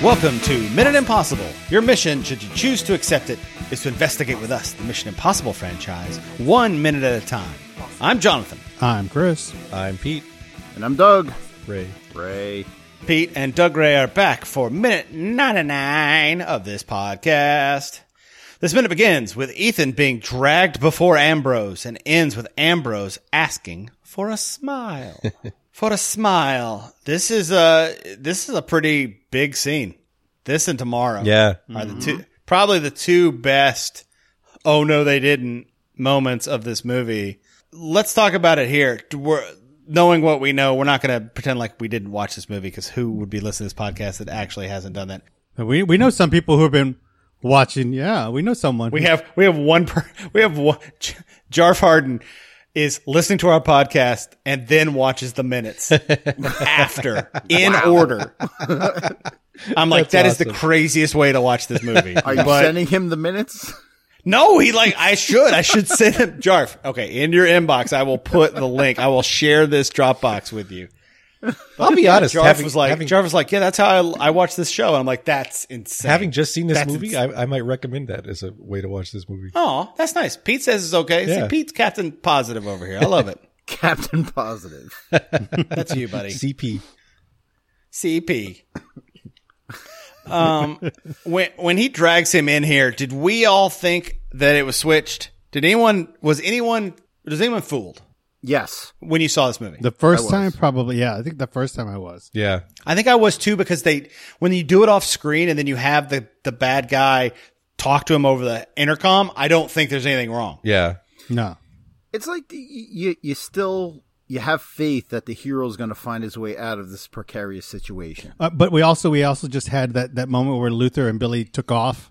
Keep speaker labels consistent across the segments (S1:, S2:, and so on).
S1: Welcome to Minute Impossible. Your mission, should you choose to accept it, is to investigate with us the Mission Impossible franchise, one minute at a time. I'm Jonathan.
S2: I'm Chris.
S3: I'm Pete.
S4: And I'm Doug.
S3: Ray.
S4: Ray.
S1: Pete and Doug Ray are back for minute 99 of this podcast. This minute begins with Ethan being dragged before Ambrose and ends with Ambrose asking for a smile. for a smile. This is a this is a pretty big scene. This and tomorrow.
S3: Yeah.
S1: Are the two probably the two best oh no they didn't moments of this movie. Let's talk about it here. We're, knowing what we know, we're not going to pretend like we didn't watch this movie because who would be listening to this podcast that actually hasn't done that?
S2: We we know some people who have been watching. Yeah, we know someone.
S1: We have we have one per, we have one J- Jarf Harden is listening to our podcast and then watches the minutes after in order. I'm like that is the craziest way to watch this movie.
S4: Are you sending him the minutes?
S1: No, he like I should. I should send him Jarf. Okay, in your inbox, I will put the link. I will share this Dropbox with you.
S3: I'll be honest.
S1: Jarf
S3: having,
S1: was like,
S3: having,
S1: Jarf was like, yeah, that's how I, I watch this show. And I'm like, that's insane.
S3: having just seen this
S1: That's
S3: movie, I, I might recommend that as a way to watch this movie.
S1: oh, that's nice. Pete says it's okay.
S3: Yeah.
S1: See, Pete's Captain Positive over here. I love it.
S4: Captain Positive.
S1: That's you, buddy.
S3: CP.
S1: CP. Um, when when he drags him in here, did we all think that it was switched? Did anyone was anyone was anyone fooled
S4: Yes.
S1: when you saw this movie?
S2: the first time probably. Yeah, I think the first time I was.
S3: Yeah.
S1: I think I was too because they when you do it off screen and then you have the the bad guy talk to him over the intercom. I don't think there's anything wrong.
S3: Yeah.
S2: No,
S4: It's like the, you you still you have faith that the hero's going to find his way out of this precarious situation.
S2: uh, but we also we also just had that that moment where Luther and Billy took off.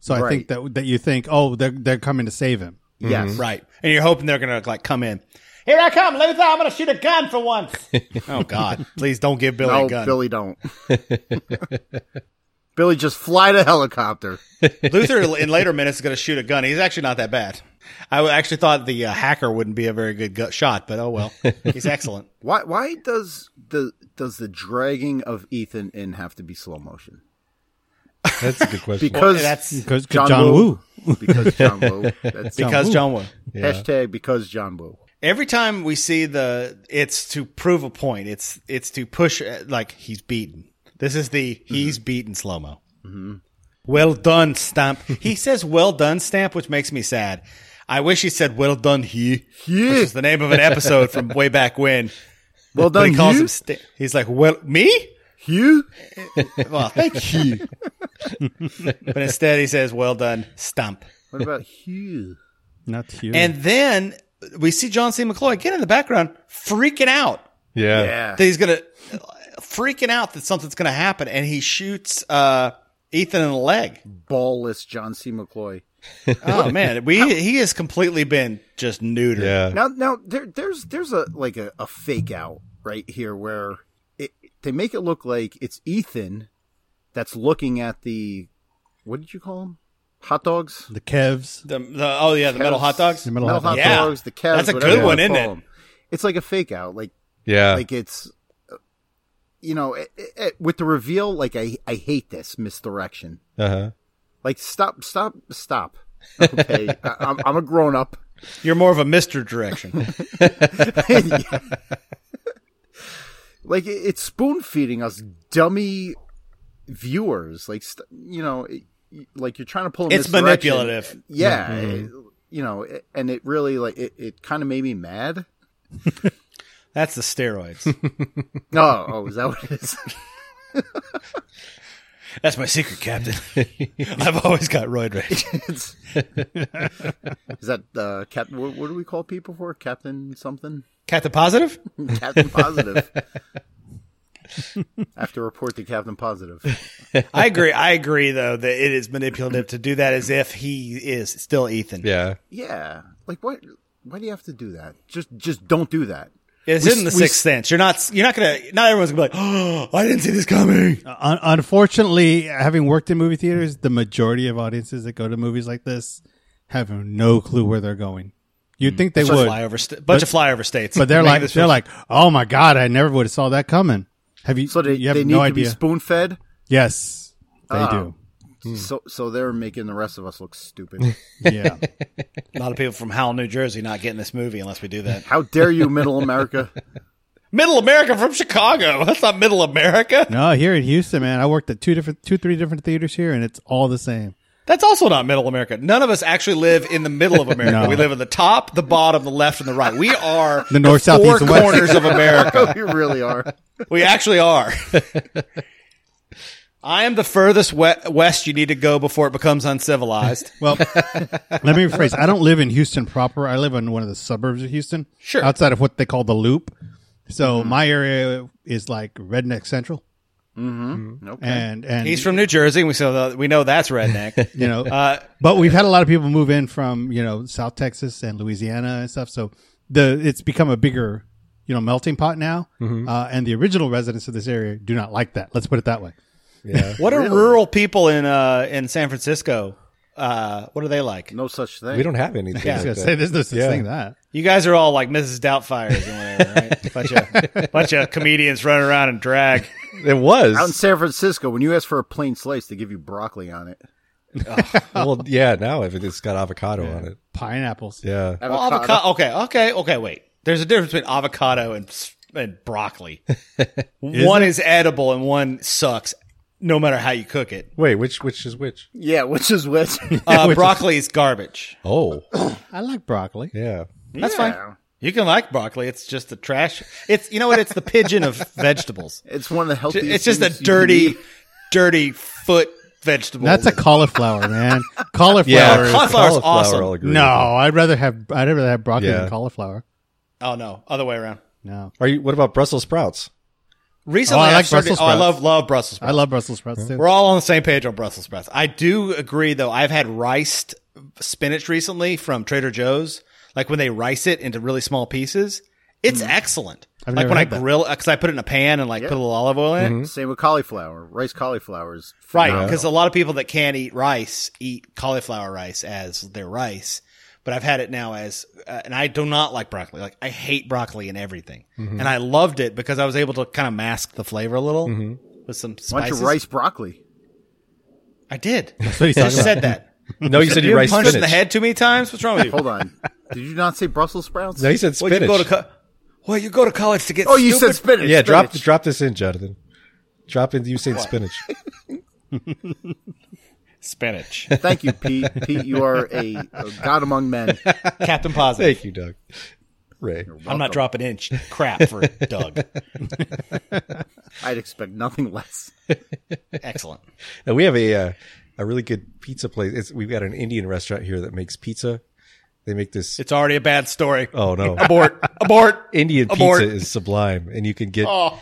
S2: So I think
S4: Right.
S2: that that you think, oh, they're they're coming to save him.
S4: Yes.
S1: mm-hmm. Right. And you're hoping they're going to like come in. Here I come, Luther. I'm going to shoot a gun for once. oh God! Please don't give Billy
S4: No,
S1: a gun.
S4: Billy don't. Billy just fly the helicopter.
S1: Luther in later minutes is going to shoot a gun. He's actually not that bad. I w- actually thought the uh, hacker wouldn't be a very good gu- shot, but oh well, he's excellent.
S4: Why why does the does the dragging of Ethan in have to be slow motion?
S3: That's a good question.
S4: Because
S1: That's
S2: Because
S4: John
S2: John,
S4: Woo.
S2: Woo.
S4: because John Woo. That's
S1: because
S2: Woo.
S1: John Woo.
S4: hashtag because John Woo.
S1: Every time we see the, it's to prove a point. It's it's to push uh, like he's beaten. This is the he's beaten slow mo. Mm-hmm. Well done, Stamp. he says well done, Stamp, which makes me sad. I wish he said well done, he. Which is the name of an episode from way back when.
S4: Well
S1: But
S4: done,
S1: he calls
S4: Hugh.
S1: him. Sta- he's like, well, me.
S4: Hugh?
S1: Well, thank you. but instead, he says, "Well done, stump."
S4: What about Hugh?
S2: Not Hugh.
S1: And then we see John C. McCloy again in the background, freaking out
S3: yeah.
S4: Yeah.
S1: that he's gonna, freaking out that something's gonna happen, and he shoots uh, Ethan in the leg.
S4: Ballless John C. McCloy.
S1: Oh man, we he has completely been just neutered.
S3: Yeah.
S4: Now, now there, there's there's a like a, a fake out right here where it, they make it look like it's Ethan that's looking at the what did you call them? Hot dogs,
S2: the Kevs.
S1: The, the oh yeah, the metal hot dogs.
S2: The middle
S4: metal
S2: hot dog.
S4: hot
S1: Yeah.
S4: dogs, the Kevs.
S1: That's a
S4: whatever
S1: good
S4: you
S1: one,
S4: wanna
S1: isn't
S4: call
S1: it?
S4: 'em. It's like a fake out, like
S3: Yeah.
S4: like it's uh, you know it, it- it- with the reveal. Like I I hate this misdirection.
S3: uh-huh.
S4: Like stop stop stop. Okay, I, I'm I'm a grown up.
S1: You're more of a Mister Direction.
S4: like it, it's spoon feeding us dummy viewers like st- you know it, like you're trying to pull in
S1: It's
S4: this direction.
S1: manipulative. Mm-hmm.
S4: yeah it- you know it, and it really like it, it kind of made me mad
S1: That's the steroids.
S4: oh oh is that what it is
S1: That's my secret, Captain. I've always got roid rage.
S4: It's- is that uh cap what, what do we call people for captain something
S1: Captain Positive?
S4: captain positive I have to report to captain positive
S1: I agree. I agree, though, that it is manipulative to do that as if he is still Ethan.
S3: Yeah.
S4: yeah like what why do you have to do that just just don't do that
S1: It's
S4: We-
S1: in the
S4: we-
S1: sixth sense. You're not. You're not gonna. Not everyone's gonna be like, "Oh, I didn't see this coming."
S2: Un- unfortunately, having worked in movie theaters, the majority of audiences that go to movies like this have no clue where they're going.
S3: Mm.
S2: You'd think they
S1: Bunch of
S2: would,
S1: flyover, st- bunch of flyover states.
S2: but they're
S1: Maybe
S2: like
S1: this
S2: they're
S1: was-
S2: like, oh my god, I never would have saw that coming. Have you?
S4: So they,
S2: you have
S4: they need
S2: no
S4: to
S2: idea.
S4: be spoon fed.
S2: Yes, they
S4: Ah. So so they're making the rest of us look stupid.
S2: do. Yeah.
S1: A lot of people from Howell, New Jersey, not getting this movie unless we do that.
S4: How dare you, Middle America?
S1: Middle America from Chicago. That's not Middle America.
S2: no, here in Houston, man, I worked at two different, two, three different theaters here, and it's all the same.
S1: That's also not Middle America. None of us actually live in the middle of America.
S2: No.
S1: We live in the top, the bottom, the left, and the right. We are
S2: The north, south,
S1: four
S2: east, and west.
S1: corners of America.
S4: you really are.
S1: We actually are. I am the furthest we- west you need to go before it becomes uncivilized.
S2: Well, let me rephrase. I don't live in Houston proper. I live in one of the suburbs of Houston.
S1: Sure.
S2: Outside of what they call the loop. So
S4: Mm-hmm.
S2: my area is like redneck central.
S4: Mm-hmm. Okay.
S2: And, and
S1: He's from New Jersey, and we so uh, we know that's redneck.
S2: you know,
S1: Uh,
S2: but we've had a lot of people move in from, you know, South Texas and Louisiana and stuff. So the, it's become a bigger, you know, melting pot now. Uh, and the original residents of this area do not like that. Let's put it that way.
S3: Yeah.
S1: what are rural people in uh, in San Francisco? Uh, what are they like?
S4: no such thing.
S3: we don't have anything.
S1: Yeah,
S2: I was
S3: like
S2: going to
S3: that.
S2: say, there's no such
S3: Yeah.
S2: thing as that.
S1: You guys are all like Mrs. Doubtfires and whatever, right? bunch of bunch of comedians running around in drag.
S3: It
S4: Out in
S3: was.
S4: San Francisco, when you ask for a plain slice, they give you broccoli on it.
S3: well, yeah, now if it- it's got avocado on it.
S2: Pineapples.
S3: Yeah.
S1: Well, avocado. Okay, okay, okay. Wait, there's a difference between avocado and s- and broccoli. one is edible and one sucks, no matter how you cook it.
S3: Wait, which which is which?
S4: Yeah, which is which.
S1: Uh, broccoli is garbage.
S3: Oh,
S2: I like broccoli.
S3: yeah.
S1: That's fine. You can like broccoli. It's just the trash. It's you know what? It's the pigeon of vegetables.
S4: It's one of the healthiest.
S1: It's just a
S4: things you can
S1: dirty,
S4: eat.
S1: dirty foot vegetable.
S2: That's a cauliflower, man. cauliflower.
S3: Yeah.
S2: is-
S1: cauliflower's awesome.
S3: I'll agree with
S2: No,
S3: you.
S2: I'd rather have I'd rather have broccoli
S3: Yeah.
S2: than cauliflower.
S1: oh no, other way around.
S2: No,
S3: Are you? What about Brussels sprouts?
S1: Recently,
S2: Oh, I
S1: I
S2: like
S1: started-
S2: Brussels
S1: oh, I
S2: sprouts.
S1: love love Brussels sprouts.
S2: I love Brussels sprouts too.
S1: We're all on the same page on Brussels sprouts. I do agree, though. I've had riced spinach recently from Trader Joe's, like when they rice it into really small pieces. It's excellent.
S2: Mm.
S1: like
S2: I've never
S1: when I
S2: had that. Mm-hmm.
S1: grill, because I put it in a pan and like put a little olive oil in it.
S4: Same with cauliflower. Rice cauliflowers.
S1: Right, because a lot of people that can't eat rice eat cauliflower rice as their rice. But I've had it now as, uh, and I do not like broccoli. Like I hate broccoli and everything, and I loved it because I was able to kind of mask the flavor a little with some
S4: Bunch
S1: spices.
S4: of rice broccoli.
S1: I did.
S2: what he's
S1: I
S2: talking
S1: just said that.
S3: No, you said you
S1: You've been
S3: rice
S1: punched
S3: spinach.
S1: in the head too many times. What's wrong with you?
S4: Hold on. Did you not say Brussels sprouts?
S3: No, you said
S1: Well,
S3: spinach.
S1: you go to co- well, you go to college to get.
S4: oh, you
S1: stupid-
S4: said spinach.
S3: yeah, drop
S4: spinach.
S3: drop this in, Jonathan. Drop in you saying spinach.
S1: spinach.
S4: Thank you, Pete. Pete, you are a, a god among men.
S1: Captain Positive.
S3: Thank you, Doug. Ray.
S1: I'm not dropping inch crap for Doug.
S4: I'd expect nothing less.
S1: Excellent.
S3: Now, we have a uh, a really good pizza place. It's, we've got an Indian restaurant here that makes pizza. They make this.
S1: It's already a bad story.
S3: oh no,
S1: Abort. Abort.
S3: Indian
S1: abort.
S3: pizza is sublime, and you can get
S1: Oh,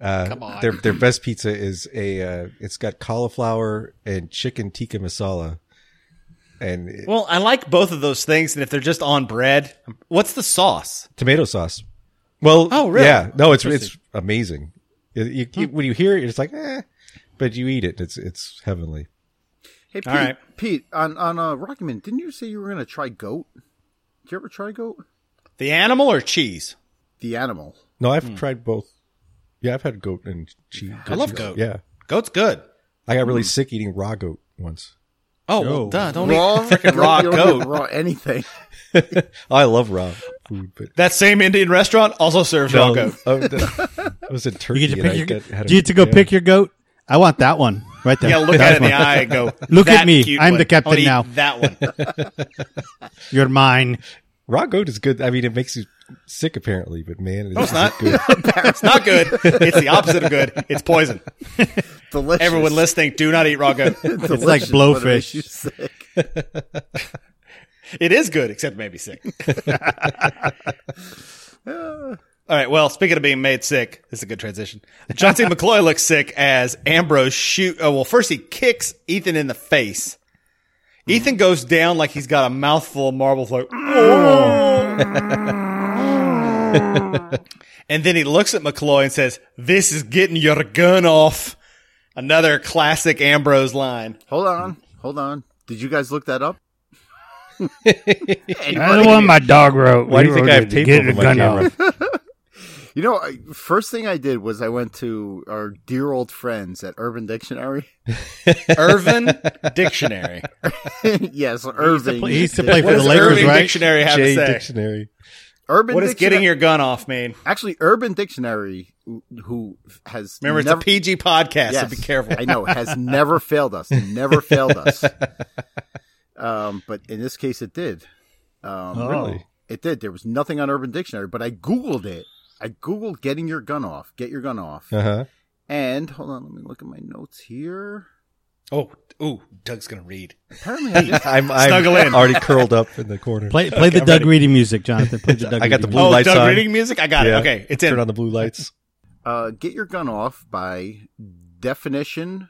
S3: uh, their their best pizza is a. Uh, it's got cauliflower and chicken tikka masala, and it-
S1: well, I like both of those things, and if they're just on bread, what's the sauce?
S3: tomato sauce. Well,
S1: Oh, really?
S3: Yeah, no, it's it's amazing. You- you- When you hear it, it's like, eh, but you eat it, it's it's heavenly.
S4: Hey, Pete,
S1: All right.
S4: Pete on, on uh, Rockyman, didn't you say you were going to try goat? Did you ever try goat?
S1: The animal or cheese?
S4: The animal.
S3: No, I've
S1: Hmm.
S3: tried both. Yeah, I've had goat and cheese.
S1: I love goat.
S3: Yeah,
S1: Goat's good.
S3: I got really
S2: Hmm.
S3: sick eating raw goat once.
S1: Oh, well, duh, don't eat
S4: Raw,
S1: freaking raw
S4: You don't
S1: goat.
S4: get raw anything.
S3: I love raw food, but
S1: That same Indian restaurant also serves raw
S3: No,
S1: goat.
S3: oh, the- I was in Turkey.
S2: You get to
S3: and I
S2: pick your,
S3: got- had a-
S2: do you get to go
S3: yeah.
S2: pick your goat? I want that one right there.
S1: Yeah, look at it in the eye and go.
S2: Look at
S1: "That
S2: me.
S1: cute
S2: I'm
S1: one.
S2: the captain
S1: I wanna eat
S2: now."
S1: That one.
S2: You're mine.
S3: raw goat is good. I mean, it makes you sick apparently, but man, it's
S1: not.
S3: good.
S1: It's not good. It's the opposite of good. It's poison.
S4: Delicious.
S1: Everyone listening, do not eat raw goat.
S4: Delicious,
S2: like blowfish.
S4: but it makes you sick.
S1: It is good, except maybe sick. All right. Well, speaking of being made sick, this is a good transition. John C. McCloy looks sick as Ambrose shoot. Oh, well, first he kicks Ethan in the face. Ethan goes down like he's got a mouthful of marbles, like, "Oh." and then he looks at McCloy and says, "This is getting your gun off." Another classic Ambrose line.
S4: Hold on. Hold on. Did you guys look that up?
S2: That's the one my dog wrote.
S3: Why do you think I have tape over my camera?
S4: You know, I, first thing I did was I went to our dear old friends at Urban Dictionary.
S1: Irvin Dictionary.
S4: yes, Irving.
S2: play- he used to play
S1: What
S2: For the
S1: does
S2: Lakers,
S1: Irving
S2: right?
S1: Dictionary have
S3: J
S1: to say?
S3: Dictionary.
S4: Urban
S1: What does
S4: Dictionary-
S1: getting your gun off mean?
S4: actually Urban Dictionary, who- who has
S1: Remember,
S4: never,
S1: it's a PG podcast,
S4: Yes.
S1: so be careful.
S4: I know has never failed us, never failed us. Um, but in this case, it did. Um,
S2: Oh. Really?
S4: It did. There was nothing on Urban Dictionary, but I googled it. I googled getting your gun off, get your gun off,
S3: Uh huh.
S4: and hold on, let me look at my notes here.
S1: Oh, ooh, Doug's gonna read.
S4: Apparently, I did.
S3: I'm, I'm
S1: Snuggle in.
S3: already curled up in the corner.
S2: Play play the
S1: I'm
S2: Doug
S1: ready.
S2: Reedy music, Jonathan. Play the Doug
S3: I got the
S2: Reedy music.
S3: blue
S1: oh,
S3: lights
S1: Doug
S3: on.
S1: reading music. I got
S3: Yeah.
S1: it. Okay, it's in.
S3: Turn on the blue lights.
S4: uh, get your gun off by definition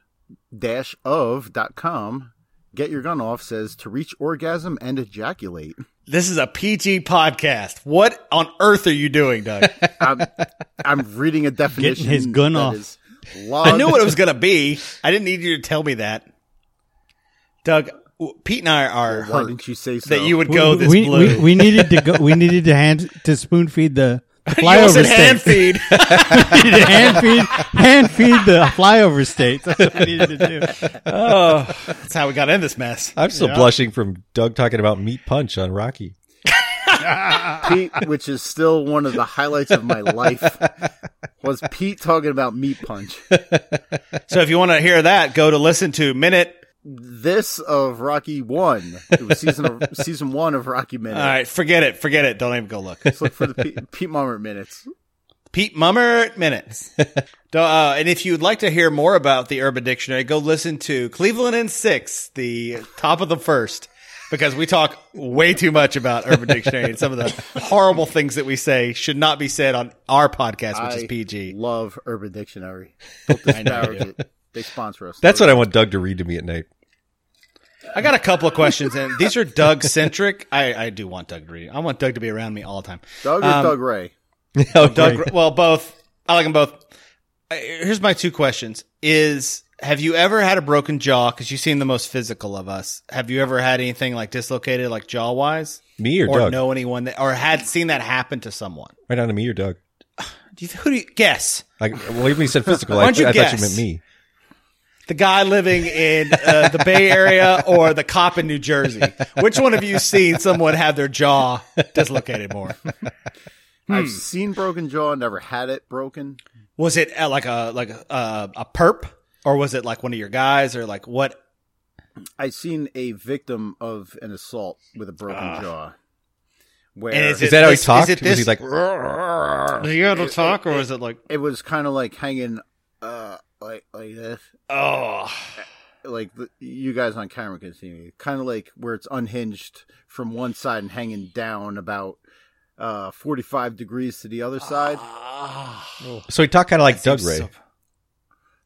S4: dash of dot com. Get your gun off says to reach orgasm and ejaculate.
S1: This is a PG podcast. What on earth are you doing, Doug?
S4: I'm, I'm reading a definition.
S2: his gun
S4: that
S2: off.
S4: is
S1: I knew
S4: long-
S1: what it was gonna be. I didn't need you to tell me that, Doug. w- Pete and I are
S4: Why
S1: hurt
S4: didn't you say so?
S1: that you would go this
S2: we,
S1: blue.
S2: we, we needed to go. We needed to hand to spoon feed the, the
S1: you almost
S2: flyover
S1: said hand
S2: state.
S1: feed.
S2: We needed to hand feed, hand feed the flyover state. That's what we needed to do.
S1: oh, that's how we got in this mess.
S3: I'm still blushing from Doug talking about meat punch on Rocky.
S4: Pete, which is still one of the highlights of my life, was Pete talking about meat punch.
S1: So if you want to hear that, go to listen to minute.
S4: This of Rocky One, it was season of, season one of Rocky Minute.
S1: All right, forget it. Forget it. Don't even go look.
S4: Let's look for the Pete, Pete Mommer minutes.
S1: Pete Mummert minutes. Do- uh, and if you'd like to hear more about the Urban Dictionary, go listen to Cleveland in Six, the top of the first, because we talk way too much about Urban Dictionary and some of the horrible things that we say should not be said on our podcast, which
S4: I
S1: is PG.
S4: Love Urban Dictionary. Don't disparage it. They sponsor us.
S3: That's what I want Doug to read to me at night.
S1: I got a couple of questions, and these are Doug centric. I, I do want Doug to read. I want Doug to be around me all the time.
S4: Doug or Doug Ray.
S3: Oh,
S1: Doug, well, both. I like them both. Uh, Here's my two questions: Is have you ever had a broken jaw? Because you seem the most physical of us. Have you ever had anything like dislocated, like jaw wise,
S3: me or,
S1: or
S3: Doug?
S1: know anyone that, or had seen that happen to someone?
S3: Right on to me or Doug.
S1: Do you, who do you guess?
S3: I, well, even you said physical.
S1: Why
S3: I,
S1: don't you
S3: I thought
S1: guess?
S3: you meant me.
S1: The guy living in uh, the Bay Area or the cop in New Jersey? Which one of you seen someone have their jaw dislocated more?
S4: I've seen broken jaw, never had it broken.
S1: Was it uh, like a like a, uh, a perp, or was it like one of your guys, or like what?
S4: I've seen a victim of an assault with a broken jaw. Where
S1: Ah. And is
S3: Is that how he
S1: This- is
S3: talked?
S1: it
S3: Was he
S1: this-
S3: like,
S1: you able to talk, or was it like
S4: it was kind of like hanging uh like like this
S1: Oh,
S4: like the, you guys on camera can see me kind of like where it's unhinged from one side and hanging down about uh 45 degrees to the other
S1: Ah.
S4: side
S3: so he talked kind of like Doug Ray.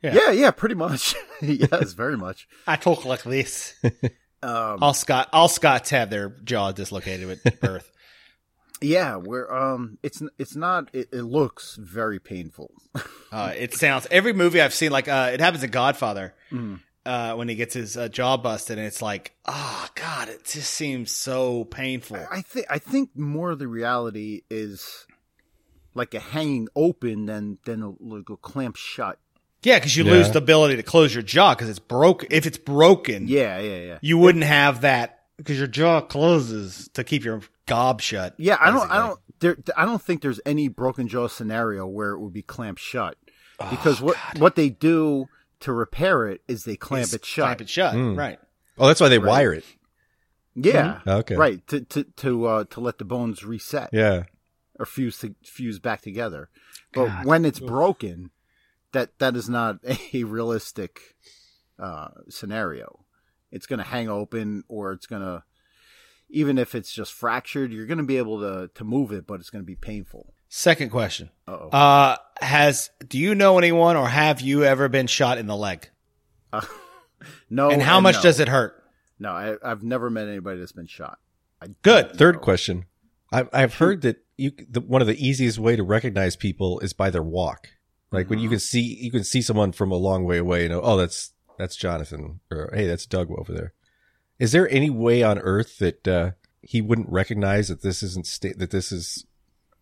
S1: yeah.
S4: yeah yeah pretty much yes very much
S1: I talk like this.
S4: um
S1: All Scott, all Scots have their jaw dislocated at birth.
S4: yeah where um it's n- it's not it, it looks very painful
S1: Uh, it sounds every movie I've seen, like uh, it happens in Godfather
S4: Mm-hmm.
S1: uh, when he gets his uh, jaw busted, and it's like, oh God, it just seems so painful.
S4: I think I think more of the reality is like a hanging open than than a, like a clamp shut.
S1: Yeah, because you
S3: Yeah.
S1: lose the ability to close your jaw because it's broke. If it's broken,
S4: Yeah, yeah, yeah.
S1: you wouldn't have that because your jaw closes to keep your gob shut.
S4: Yeah, I don't,
S1: basically.
S4: I don't, there, I don't think there's any broken jaw scenario where it would be clamped shut,
S1: Oh,
S4: because what what they do to repair it is they clamp it shut.
S1: Clamp it shut.
S3: Mm.
S1: Right.
S3: Oh, that's why they wire it.
S4: Yeah,
S1: Hmm?
S3: Okay.
S4: right. To to to uh, to let the bones reset
S3: Yeah.
S4: or fuse to fuse back together. But when it's broken, that that is not a realistic uh, scenario. It's going to hang open, or it's going to even if it's just fractured, you're going to be able to to move it, but it's going to be painful.
S1: Second question.
S4: Uh-oh.
S1: Uh, has do you know anyone or have you ever been shot in the leg?
S4: No,
S1: Uh, and how much
S4: Oh, uh, no.
S1: does it hurt?
S4: No, I, I've never met anybody that's been shot. I
S1: Good.
S3: Third question. I, I've heard that you the, one of the easiest way to recognize people is by their walk. Like when you can see you can see someone from a long way away. You know, oh that's that's Jonathan, or hey that's Doug over there. Is there any way on earth that uh, he wouldn't recognize that this isn't sta- that this is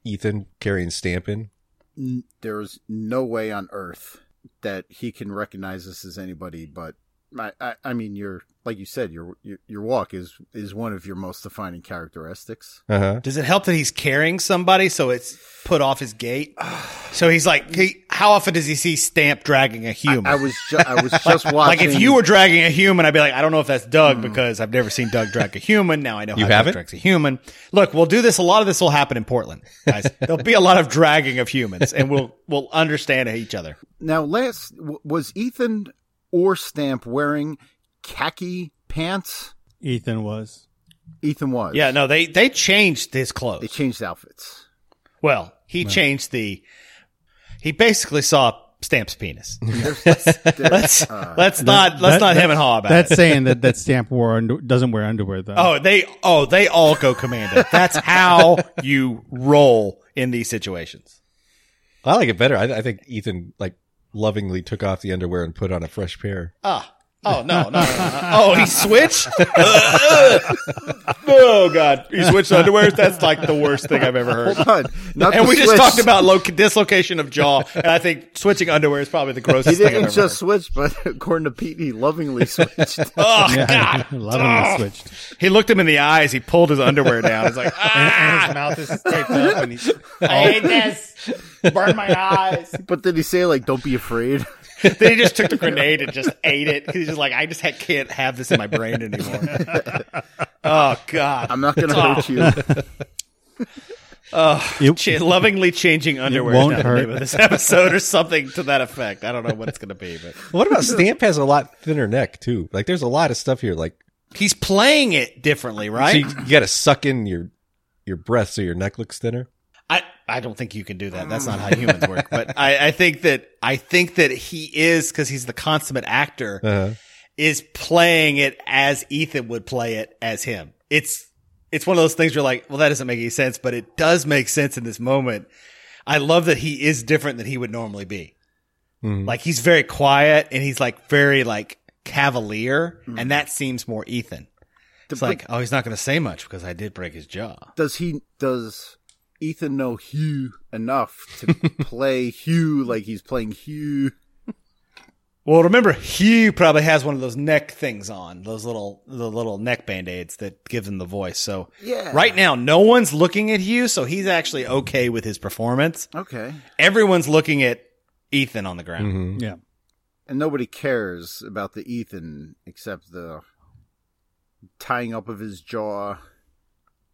S3: Ethan carrying Stampin?
S4: n- there's no way on earth that he can recognize us as anybody but I, I, I mean your like you said your, your your walk is is one of your most defining characteristics
S3: Uh huh.
S1: Does it help that he's carrying somebody so it's put off his gait? So he's like, he, how often does he see Stamp dragging a human?
S4: I was ju- I was just watching
S1: like if you were dragging a human, I'd be like, I don't know if that's
S4: Hmm.
S1: Doug because I've never seen Doug drag a human. Now I know
S3: You
S1: how Doug
S3: haven't?
S1: drags a human. Look, we'll do this. A lot of this will happen in Portland, guys. There'll be a lot of dragging of humans, and we'll we'll understand each other.
S4: Now, last w- was Ethan or Stamp wearing khaki pants?
S2: Ethan was.
S4: Ethan was.
S1: Yeah, no, they they changed his clothes.
S4: They changed outfits.
S1: Well, he changed the. He basically saw Stamp's penis. let's let's not let's
S2: That-
S1: not
S2: that-
S1: him and haw about
S2: That's
S1: it.
S2: saying that that stamp wore under, doesn't wear underwear though.
S1: Oh, they oh they all go commando. That's how you roll in these situations.
S3: I like it better. I, I think Ethan like lovingly took off the underwear and put on a fresh pair.
S1: Ah. Oh no, no, no, no. Oh, he switched? oh god. He switched underwear. That's like the worst thing I've ever heard.
S4: Hold on. Not
S1: And
S4: the
S1: we just
S4: switch.
S1: talked about lo- dislocation of jaw, and I think switching underwear is probably the
S4: He
S1: grossest thing I've
S4: didn't
S1: ever
S4: just
S1: heard.
S4: switch, but according to Pete, he lovingly switched.
S1: Oh
S2: yeah,
S1: god.
S2: a lot of them switched.
S1: He looked him in the eyes. He pulled his underwear down. He's like, ah,
S2: mouth is taped up, and he's
S1: I hate this. Burn my eyes.
S4: but did he say like, "Don't be afraid"?
S1: Then he just took the grenade and just ate it. He's just like, I just ha- can't have this in my brain anymore. oh god.
S4: I'm not going to hurt you.
S1: Ch- lovingly changing underwear
S2: won't
S1: is not the name
S2: hurt.
S1: of this episode or something to that effect. I don't know what it's going to be, but
S3: What about Stamp has a lot thinner neck too? Like there's a lot of stuff here. Like
S1: he's playing it differently,
S3: so
S1: right?
S3: you, you got to suck in your your breath so your neck looks thinner.
S1: I I don't think you can do that. That's not how humans work. But I, I think that I think that he is because he's the consummate actor
S3: Uh-huh.
S1: is playing it as Ethan would play it as him. It's it's one of those things where like, well, that doesn't make any sense, but it does make sense in this moment. I love that he is different than he would normally be.
S3: Mhm.
S1: Like he's very quiet and he's like very like cavalier, and that seems more Ethan. It's
S4: But
S1: like, oh, he's not going to say much because I did break his jaw.
S4: does he? Does Ethan know Hugh enough to play Hugh like he's playing Hugh?
S1: Well, remember, Hugh probably has one of those neck things on, those little the little neck band aids that give him the voice. So
S4: Yeah.
S1: right now, no one's looking at Hugh, so he's actually okay with his performance.
S4: Okay.
S1: Everyone's looking at Ethan on the ground.
S3: Mhm.
S2: yeah.
S4: and nobody cares about the Ethan except the tying up of his jaw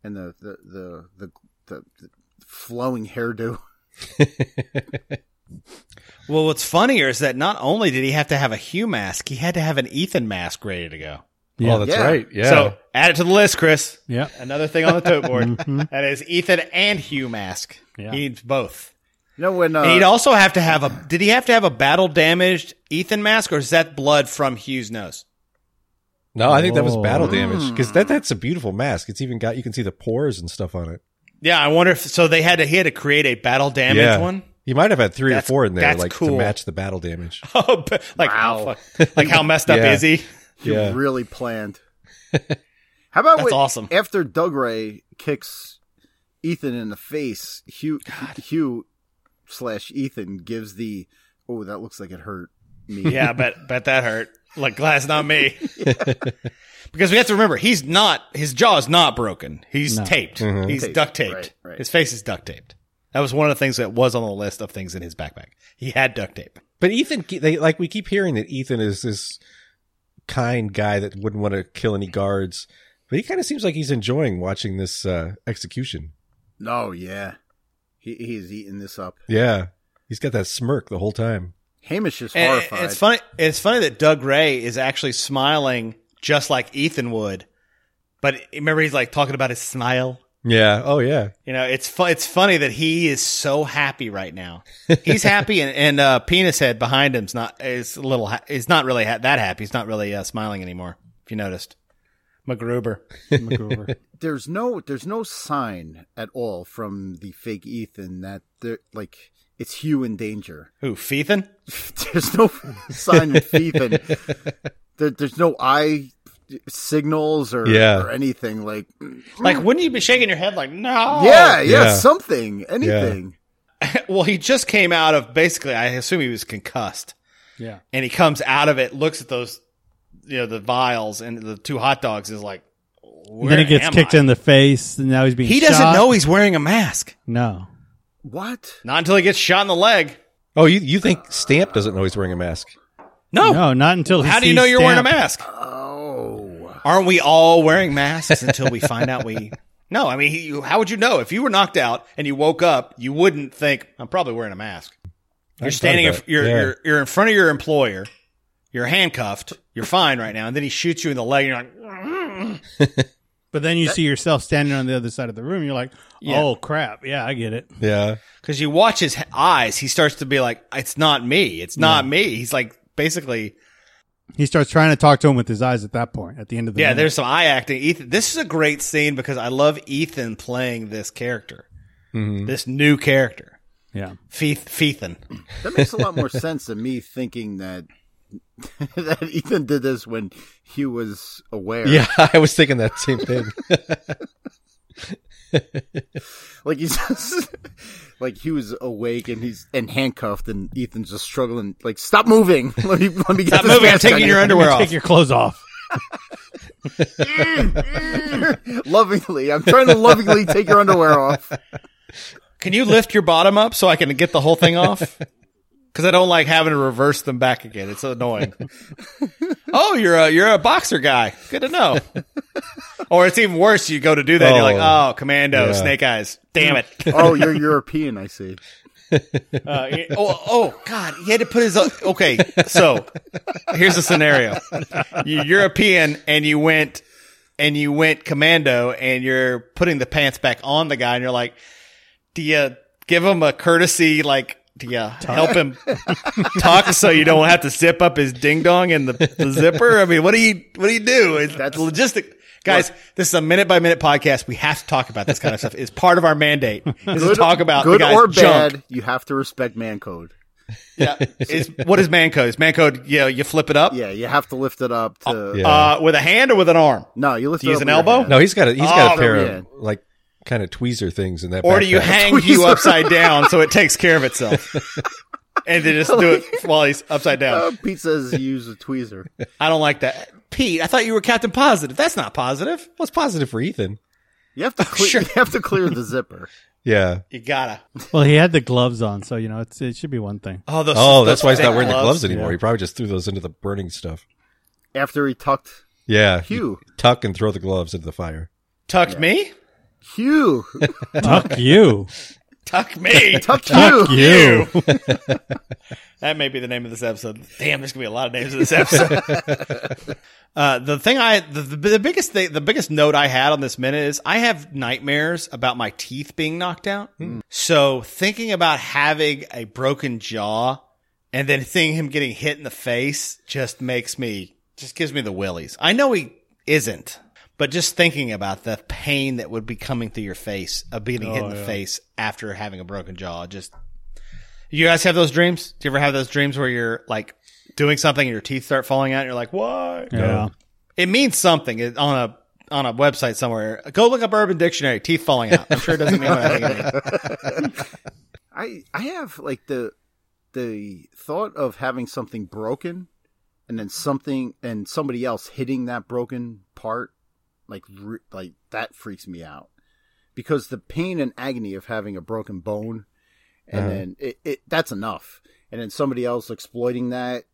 S4: and the the the the, the, the flowing hairdo.
S2: Mm-hmm.
S1: Well, what's funnier is that not only did he have to have a Hugh mask, he had to have an Ethan mask ready to go.
S2: Yeah.
S3: Oh, that's
S4: Yeah.
S3: right. Yeah.
S1: So add it to the list, Chris.
S2: Yeah.
S1: Another thing on the tote board.
S2: Mhm.
S1: That is Ethan and Hugh mask.
S2: Yeah.
S1: He needs both.
S4: You know when uh,
S1: and he'd also have to have a. Did he have to have a battle damaged Ethan mask, or is that blood from Hugh's nose?
S3: no, I think that was
S2: Oh.
S3: battle damage because that that's a beautiful mask. It's even got you can see the pores and stuff on it.
S1: Yeah, I wonder if so. They had to he had to create a battle damaged
S3: Yeah.
S1: one.
S3: You might have had three
S1: That's-
S3: or four in there,
S1: that's
S3: like
S1: cool.
S3: to match the battle damage.
S1: Oh, but, like
S4: Wow.
S1: how fuck- like how messed up
S3: Yeah.
S1: is he?
S4: you
S3: yeah.
S4: really planned. How about
S1: That's
S4: when-
S1: awesome.
S4: after Doug Ray kicks Ethan in the face? Hugh Hugh slash Ethan gives the oh that looks like it hurt me.
S1: Yeah, bet bet that hurt. Like glass, not me. Because we have to remember, he's not his jaw is not broken. He's
S2: No.
S1: taped.
S3: Mhm.
S1: He's
S4: Taped,
S1: duct taped.
S4: right, right.
S1: His face is duct taped. That was one of the things that was on the list of things in his backpack. He had duct tape.
S3: But Ethan, they like we keep hearing that Ethan is this kind guy that wouldn't want to kill any guards, but he kind of seems like he's enjoying watching this uh, execution.
S4: No, yeah. He he's eating this up.
S3: Yeah, he's got that smirk the whole time.
S4: Hamish is
S1: And- and
S4: horrified.
S1: It's funny. It's funny that Doug Ray is actually smiling just like Ethan would, but remember he's like talking about his smile.
S3: Yeah. Oh yeah.
S1: You know, it's fu- it's funny that he is so happy right now. He's happy, and, and uh, penis head behind him's not is a little ha- is not really ha- that happy. He's not really uh, smiling anymore. If you noticed, MacGruber.
S2: McGruber.
S4: there's no there's no sign at all from the fake Ethan that they're like it's Hugh in danger.
S1: Who, Ethan?
S4: There's no sign of Ethan. There, there's no eye signals or
S3: Yeah.
S4: or anything like
S1: Like, wouldn't you be shaking your head like, no?
S4: yeah, yeah
S3: Yeah.
S4: something anything.
S1: well, he just came out of basically. I assume he was concussed,
S2: Yeah.
S1: and he comes out of it, looks at those, you know, the vials and the two hot dogs, is like,
S2: And then he gets kicked
S1: in.
S2: in the face, and now he's being
S1: He doesn't
S2: shot.
S1: know he's wearing a mask.
S2: No.
S4: What?
S1: Not until he gets shot in the leg.
S3: Oh, you you think Stamp doesn't know he's wearing a mask?
S1: No.
S2: No, not until he
S1: How do you
S2: sees
S1: know you're wearing a
S2: Stamp.
S1: mask?
S4: Oh.
S1: Aren't we all wearing masks until we find out we? No, I mean, he, how would you know if you were knocked out and you woke up? You wouldn't think I'm probably wearing a mask. You're
S3: thought
S1: standing. In,
S3: about it.
S1: you're,
S3: Yeah.
S1: you're you're in front of your employer. You're handcuffed. You're fine right now, and then he shoots you in the leg. And you're like,
S2: But then you see yourself standing on the other side of the room. You're like, oh, crap. Yeah, I get it.
S3: Yeah.
S1: because you watch his h- eyes. He starts to be like, "It's not me. It's not me." He's like, basically,
S2: He starts trying to talk to him with his eyes at that point, at the end of the
S1: Yeah,
S2: minute.
S1: there's some eye acting. Ethan, this is a great scene because I love Ethan playing this character, this new character,
S2: Yeah.
S1: Feeth, Feethan.
S4: That makes a lot more sense than me thinking that that Ethan did this when he was aware.
S3: Yeah, I was thinking that same thing.
S4: Like he's just, like he was awake and he's and handcuffed and Ethan's just struggling like stop moving. Let me let me get
S1: Stop moving!
S4: this
S1: I'm
S4: mask on
S1: taking
S4: you."
S1: your underwear off.
S2: Take your clothes off.
S4: lovingly. I'm trying to lovingly take your underwear off.
S1: Can you lift your bottom up so I can get the whole thing off? Because I don't like having to reverse them back again. It's annoying. oh, you're a you're a boxer guy. Good to know. or it's even worse. You go to do that. and You're
S3: Oh.
S1: like, oh, commando,
S3: Yeah.
S1: snake eyes. Damn it.
S4: Oh, you're European, I see.
S1: Uh, he- oh, oh, God. He had to put his. own- Okay, so here's the scenario: you're European, and you went, and you went commando, and you're putting the pants back on the guy, and you're like, do you give him a courtesy, like? Do you help him talk so you don't have to zip up his ding dong in the, the zipper? I mean, what do you what do you do? It's, That's logistic, guys. this is a minute by minute podcast. We have to talk about this kind of stuff. It's part of our mandate. Is to talk about
S4: good
S1: the guy's
S4: or
S1: junk.
S4: bad. You have to respect man code.
S1: Yeah. Is, what is man code? Is man code, you know, you flip it up
S4: Yeah, you have to lift it up to.
S3: yeah.
S1: uh, with a hand or with an arm?
S4: No, you lift
S1: Do
S4: it
S1: you
S4: up
S1: use an
S4: with your
S1: elbow?
S4: hand.
S3: No, he's got a he's got
S1: Oh,
S3: a pair
S4: yeah.
S3: of like kind of tweezer things in that.
S1: Or do you
S3: backpack.
S1: hang you
S4: Tweezer.
S1: upside down so it takes care of itself? and then just do it while he's upside
S4: Uh,
S1: down.
S4: Pete says you use a tweezer.
S1: I don't like that. Pete, I thought you were Captain Positive. That's not positive.
S3: What's positive for Ethan?
S4: You have to cle-
S1: sure.
S4: you have to clear the zipper.
S3: Yeah.
S1: You gotta.
S2: Well, he had the gloves on, so, you know, it's, it should be one thing.
S1: Oh, those,
S3: Oh,
S1: those
S3: that's why he's not
S1: thick
S3: wearing the gloves anymore.
S2: Yeah.
S3: He probably just threw those into the burning stuff.
S4: After he tucked
S3: Yeah.
S4: Hugh,
S3: Tuck and throw the gloves into the fire.
S1: Tuck me?
S4: Hugh,
S2: Fuck you.
S1: Tuck me.
S4: tuck you.
S2: you.
S1: That may be the name of this episode. Damn, there's gonna be a lot of names in this episode. uh, the thing I, the, the, the biggest thing, the biggest note I had on this minute is I have nightmares about my teeth being knocked out. So thinking about having a broken jaw and then seeing him getting hit in the face just makes me, just gives me the willies. I know he isn't, but just thinking about the pain that would be coming through your face of being hit in the face after having a broken jaw just you guys have those dreams? Do you ever have those dreams where you're like doing something and your teeth start falling out and you're like, why?
S2: Yeah.
S1: It means something It- on a on a website somewhere. Go look up Urban Dictionary, teeth falling out. I'm sure it doesn't mean what I think it means.
S4: I I have like the the thought of having something broken, and then something and somebody else hitting that broken part, like re- like that freaks me out, because the pain and agony of having a broken bone, and
S3: Uh-huh.
S4: then it, it that's enough, and then somebody else exploiting that,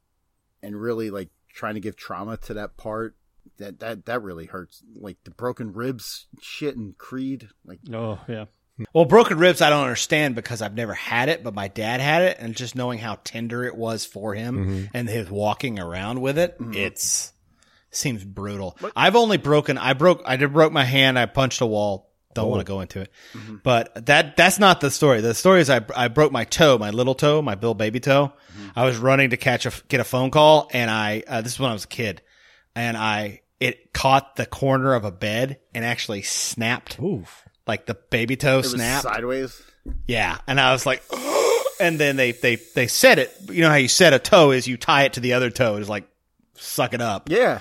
S4: and really like trying to give trauma to that part. That, that that really hurts. Like the broken ribs shit and Creed. Like
S2: Oh, yeah.
S1: Well, broken ribs I don't understand because I've never had it, but my dad had it and just knowing how tender it was for him and his walking around with it, it's seems brutal. I've only broken I broke I did broke my hand, I punched a wall. Don't
S4: Oh.
S1: want to go into it.
S4: Mm-hmm.
S1: But that that's not the story. The story is I I broke my toe, my little toe, my little baby toe.
S4: Mm-hmm.
S1: I was running to catch a get a phone call and I uh, this is when I was a kid and I it caught the corner of a bed and actually snapped. Like the baby toe
S4: it was
S1: snapped.
S4: sideways.
S1: Yeah, and I was like, and then they they they set it. You know how you set a toe is you tie it to the other toe. It's like suck it up.
S4: Yeah.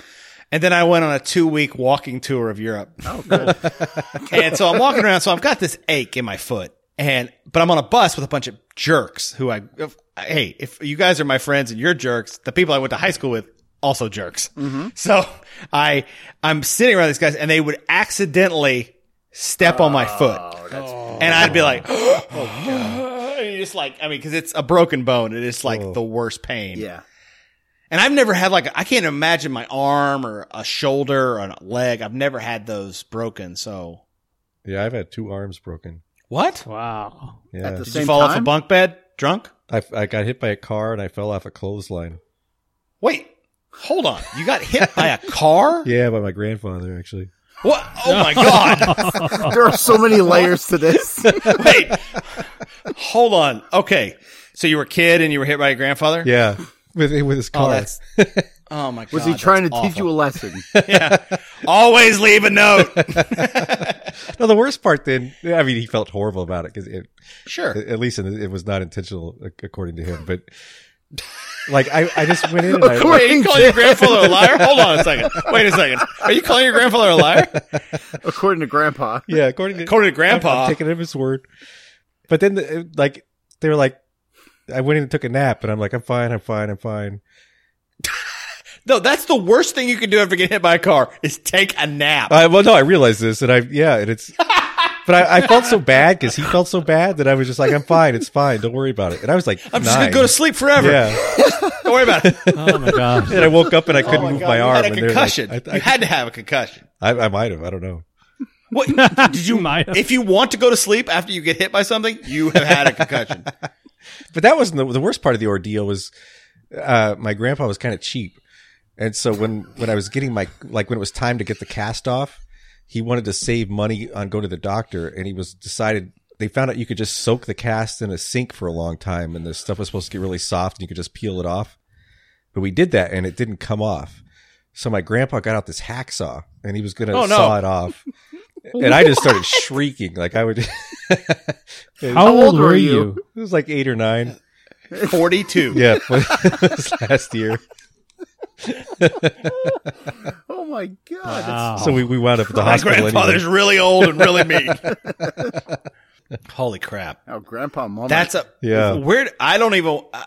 S1: And then I went on a two week walking tour of Europe. Oh, good. and so I'm walking around. So I've got this ache in my foot, and but I'm on a bus with a bunch of jerks who I if, hey if you guys are my friends and you're jerks, the people I went to high school with also jerks. So I I'm sitting around these guys and they would accidentally step on my foot, and I'd be like, oh, and you just like I mean because it's a broken bone, it is like the worst pain.
S4: Yeah.
S1: And I've never had like I can't imagine my arm or a shoulder or a leg. I've never had those broken. So
S3: Yeah, I've had two arms broken.
S1: what?
S5: Wow.
S3: Yeah.
S4: At the
S1: Did
S4: same
S1: you fall off a
S4: time?
S1: bunk bed drunk?
S3: I, I got hit by a car and I fell off a clothesline.
S1: Wait, hold on. You got hit by a car?
S3: Yeah, by my grandfather actually.
S1: What? Oh my god!
S4: there are so many layers to this.
S1: Wait, hold on. Okay, so you were a kid and you were hit by your grandfather?
S3: Yeah, with with his
S1: Oh,
S3: car.
S1: that's. Oh my god.
S4: Was he trying to teach you a lesson?
S1: Always leave a note.
S3: no, the worst part then. I mean, he felt horrible about it because it,
S1: Sure.
S3: at least in- it was not intentional, ac- according to him. But like, I, I just went in. And I,
S1: Wait, you calling your grandfather a liar? Hold on a second. Wait a second. Are you calling your grandfather a liar?
S4: According to Grandpa.
S3: yeah, according to
S1: According to
S3: I'm
S1: Grandpa.
S3: taking him his word. But then, the, like, they were like, I went in and took a nap, and I'm like, I'm fine, I'm fine, I'm fine.
S1: No, that's the worst thing you can do after getting hit by a car is take a nap.
S3: I, well, no, I realized this, and I yeah, and it's. But I, I felt so bad because he felt so bad that I was just like, I'm fine, it's fine, don't worry about it. And I was like,
S1: I'm just gonna go to sleep forever.
S3: Yeah,
S1: Don't worry about it.
S5: Oh my god.
S3: and I woke up and I couldn't
S1: Oh
S3: move
S1: God,
S3: my
S1: you
S3: arm.
S1: had a
S3: and they were like-
S1: concussion.
S3: I-
S1: you had to have a concussion.
S3: I, I, I might have, I don't know.
S1: What did you?
S5: might have.
S1: if you want to go to sleep after you get hit by something, you have had a concussion.
S3: But that wasn't the, the worst part of the ordeal was uh, my grandpa was kind of cheap, and so when when I was getting my like when it was time to get the cast off, he wanted to save money on going to the doctor, and he was decided they found out you could just soak the cast in a sink for a long time, and the stuff was supposed to get really soft, and you could just peel it off. But we did that, and it didn't come off. So my grandpa got out this hacksaw, and he was going to
S1: Oh, no.
S3: saw it off. And I just started shrieking like I would.
S5: How
S4: old
S5: old
S4: were
S5: were
S4: you?
S5: you?
S3: it was like eight or nine.
S1: Forty-two.
S3: Yeah, but it was last year.
S4: Oh my god.
S5: Wow.
S3: So we, we wound up at the
S1: My
S3: hospital.
S1: grandfather's
S3: Anyway.
S1: really old and really mean. Holy crap!
S4: That's, oh, Grandpa Mama.
S1: That's a
S3: Yeah.
S1: Weird. I don't even. Uh,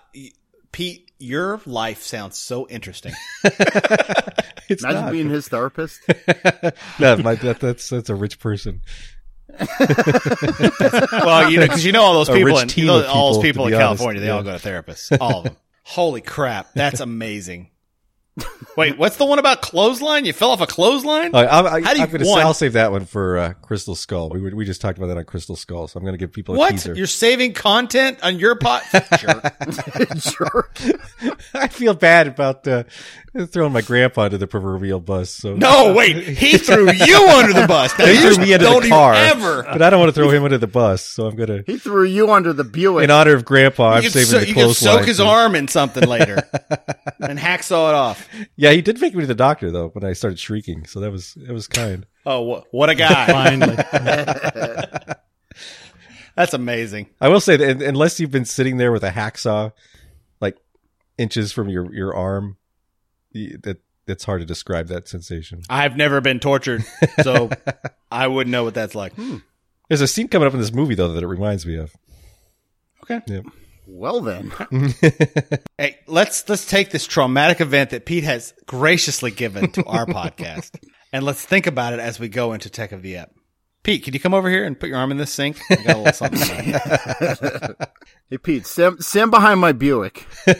S1: Pete, your life sounds so interesting.
S3: It's
S4: Imagine
S3: not.
S4: being his therapist.
S3: no, my, that, that's that's a rich person.
S1: well, you know, because you know all those
S3: A
S1: people,
S3: rich
S1: and
S3: team
S1: you know
S3: of
S1: all those
S3: people,
S1: people
S3: to
S1: in
S3: be honest.
S1: California, they all go to therapists. All of them. Holy crap! That's amazing. Wait, what's the one about clothesline? You fell off a clothesline?
S3: All right, I'm, Uh, I,
S1: How do you-
S3: I'm gonna,
S1: one-
S3: I'll save that one for uh, Crystal Skull. We were- we just talked about that on Crystal Skull, so I'm going to give people a
S1: What?
S3: teaser.
S1: You're saving content on your pot? Jerk.
S4: sure.
S3: I feel bad about uh, throwing my grandpa into the proverbial bus. So
S1: No, wait. He threw you under the bus. Now
S3: He
S1: you
S3: threw me into
S1: don't
S3: the car,
S1: even ever.
S3: but I don't want to throw him under the bus. So I'm going to,
S4: He threw you under the Buick.
S3: in honor of Grandpa, I'm
S1: you can,
S3: saving
S1: so,
S3: the
S1: you can
S3: clothesline.
S1: soak his
S3: for-
S1: arm in something later and hacksaw it off.
S3: Yeah, he did make me to the doctor though when I started shrieking. So that was it was kind.
S1: Oh, wh- what a guy.
S5: Finally.
S1: That's amazing.
S3: I will say that un- unless you've been sitting there with a hacksaw, like inches from your your arm, y- that that's hard to describe that sensation.
S1: I've never been tortured, so I wouldn't know what that's like. Hmm.
S3: There's a scene coming up in this movie though that it reminds me of.
S4: well then.
S1: Hey, let's let's take this traumatic event that Pete has graciously given to our podcast, and let's think about it as we go into Tech of the App. Pete, can you come over here and put your arm in this sink? I got a little something. to say.
S4: Hey Pete, stand, stand behind my Buick.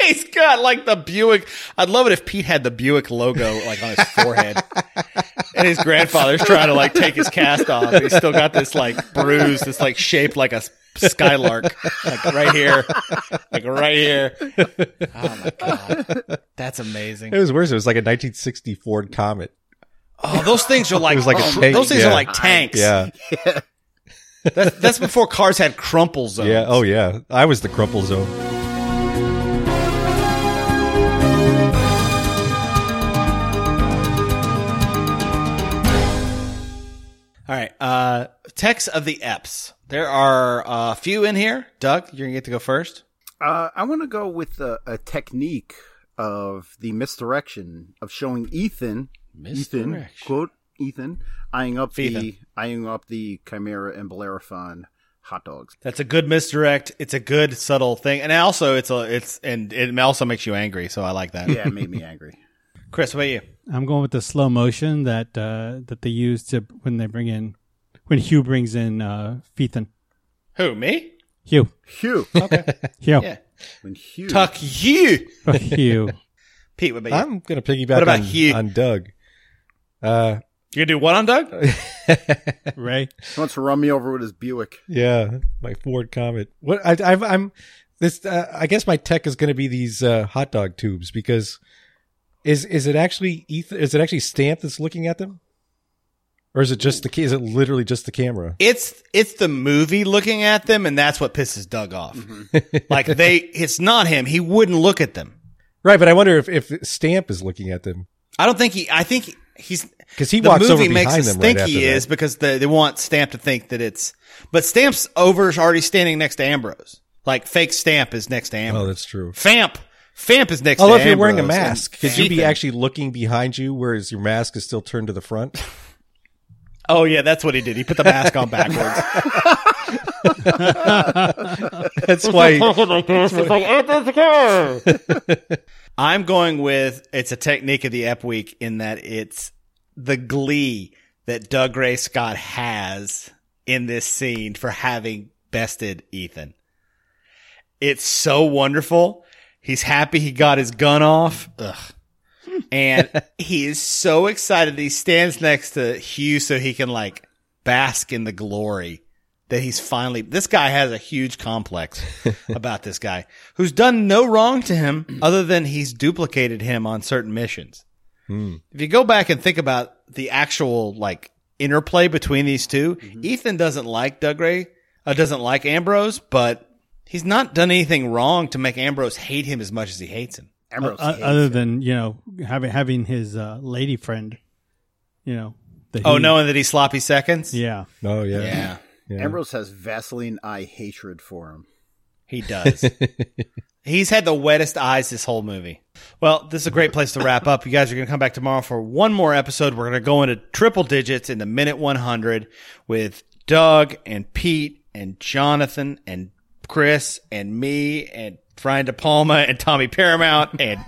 S1: He's got like the Buick. I'd love it if Pete had the Buick logo like on his forehead, and his grandfather's trying to like take his cast off. He's still got this like bruise, this like shaped like a s- skylark, like right here, like right here. Oh my god, that's
S3: It
S1: amazing.
S3: was worse. It was like a 1960 Ford Comet.
S1: Oh, those things are like,
S3: It was like a
S1: oh,
S3: tank,
S1: those things
S3: yeah.
S1: are like tanks.
S3: Yeah,
S1: That's, that's before cars had crumple zones.
S3: yeah. Oh yeah. I was the crumple zone.
S1: All right. Uh, texts of the EPs. There are a few in here. Doug, you're gonna get to go first.
S4: Uh, I want to go with a, a technique of the misdirection of showing Ethan, Ethan, quote, Ethan eyeing up the
S1: Ethan.
S4: eyeing up the Chimera and Bellerophon hot dogs.
S1: That's a good misdirect. It's a good subtle thing, and also it's a it's and it also makes you angry. So I like that.
S4: Yeah, it made me angry.
S1: Chris, what about you?
S5: I'm going with the slow motion that uh, that they use to when they bring in when Hugh brings in uh, Fethan.
S1: Who me?
S5: Hugh,
S4: Hugh,
S5: Hugh,
S1: Yeah,
S4: when Hugh
S1: Tuck you,
S5: Fuck Hugh.
S1: Pete. What about you?
S3: I'm going to piggyback
S1: What about
S3: on,
S1: Hugh?
S3: on Doug. Uh,
S1: you gonna do what on Doug?
S5: Ray,
S4: wants to run me over with his Buick.
S3: yeah, my Ford Comet. What I, I've, I'm this. Uh, I guess my tech is going to be these uh, hot dog tubes because is is it actually Ethan? Is it actually Stamp that's looking at them, or is it just the? ca- Is it literally just the camera?
S1: It's it's the movie looking at them, and that's what pisses Doug off. like they, it's not him. He wouldn't look at them.
S3: Right, but I wonder if if Stamp is looking at them
S1: I don't think he. I think he's
S3: because he
S1: the
S3: walks over
S1: movie
S3: behind
S1: makes us
S3: them
S1: think
S3: right
S1: he
S3: after that.
S1: is because they, they want Stamp to think that it's. But Stamp's over is already standing next to Ambrose. Like fake Stamp is next to Ambrose.
S3: Oh, that's true.
S1: Famp. Famp is next.
S3: Although
S1: to
S3: if you're wearing a
S1: Ambrose and
S3: mask, could you be
S1: Ethan.
S3: actually looking behind you, whereas your mask is still turned to the front?
S1: Oh yeah, that's what he did. He put the mask on backwards.
S3: That's why.
S1: I'm going with it's a technique of the Ep Week in that it's the glee that Doug Ray Scott has in this scene for having bested Ethan. It's so wonderful. He's happy he got his gun off. Ugh. And he is so excited that he stands next to Hugh so he can like bask in the glory that he's finally this guy has a huge complex about this guy who's done no wrong to him other than he's duplicated him on certain missions.
S5: Hmm.
S1: If you go back and think about the actual like interplay between these 2 Ethan doesn't like Doug Ray, uh, doesn't like Ambrose, but he's not done anything wrong to make Ambrose hate him as much as he hates him.
S4: Ambrose
S5: Uh,
S4: hates
S5: other
S4: it.
S5: than you know having having his uh, lady friend, you know. that
S1: Oh,
S5: he-
S1: knowing that he's sloppy seconds.
S5: Yeah,
S3: Oh yeah.
S1: Yeah,
S3: Yeah.
S4: Ambrose has Vaseline eye hatred for him.
S1: he does. He's had the wettest eyes this whole movie. Well, this is a great place to wrap up. You guys are going to come back tomorrow for one more episode. We're going to go into triple digits in the minute 100 with Doug and Pete and Jonathan and Chris and me and Brian De Palma and Tommy Paramount and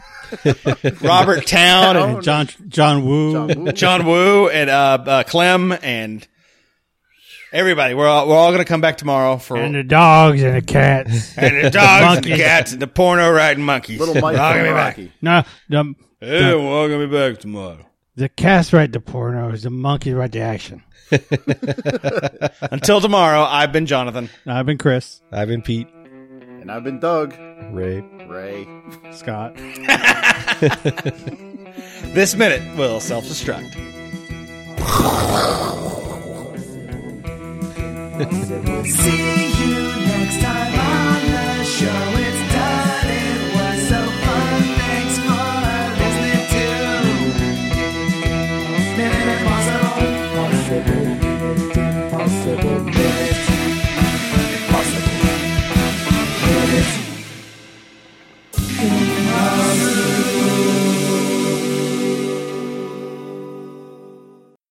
S1: Robert Town and
S5: and John John Woo.
S4: Oh, John Woo.
S1: John Woo and uh, uh, Clem and everybody. We're all, we're all going to come back tomorrow for
S6: and the dogs and the cats.
S1: and the dogs and the cats and the porno riding monkeys.
S4: Little Mike
S1: We're all gonna
S4: from
S1: be back.
S4: Rocky.
S6: no, the
S1: Hey, we're all gonna be back tomorrow.
S6: the cats write the pornos, the monkeys write the action.
S1: Until tomorrow, I've been Jonathan.
S5: I've been Chris
S3: I've been Pete
S4: And I've been Doug.
S3: Ray.
S4: Ray.
S5: Scott.
S1: This minute will self-destruct.
S7: We'll see you next time.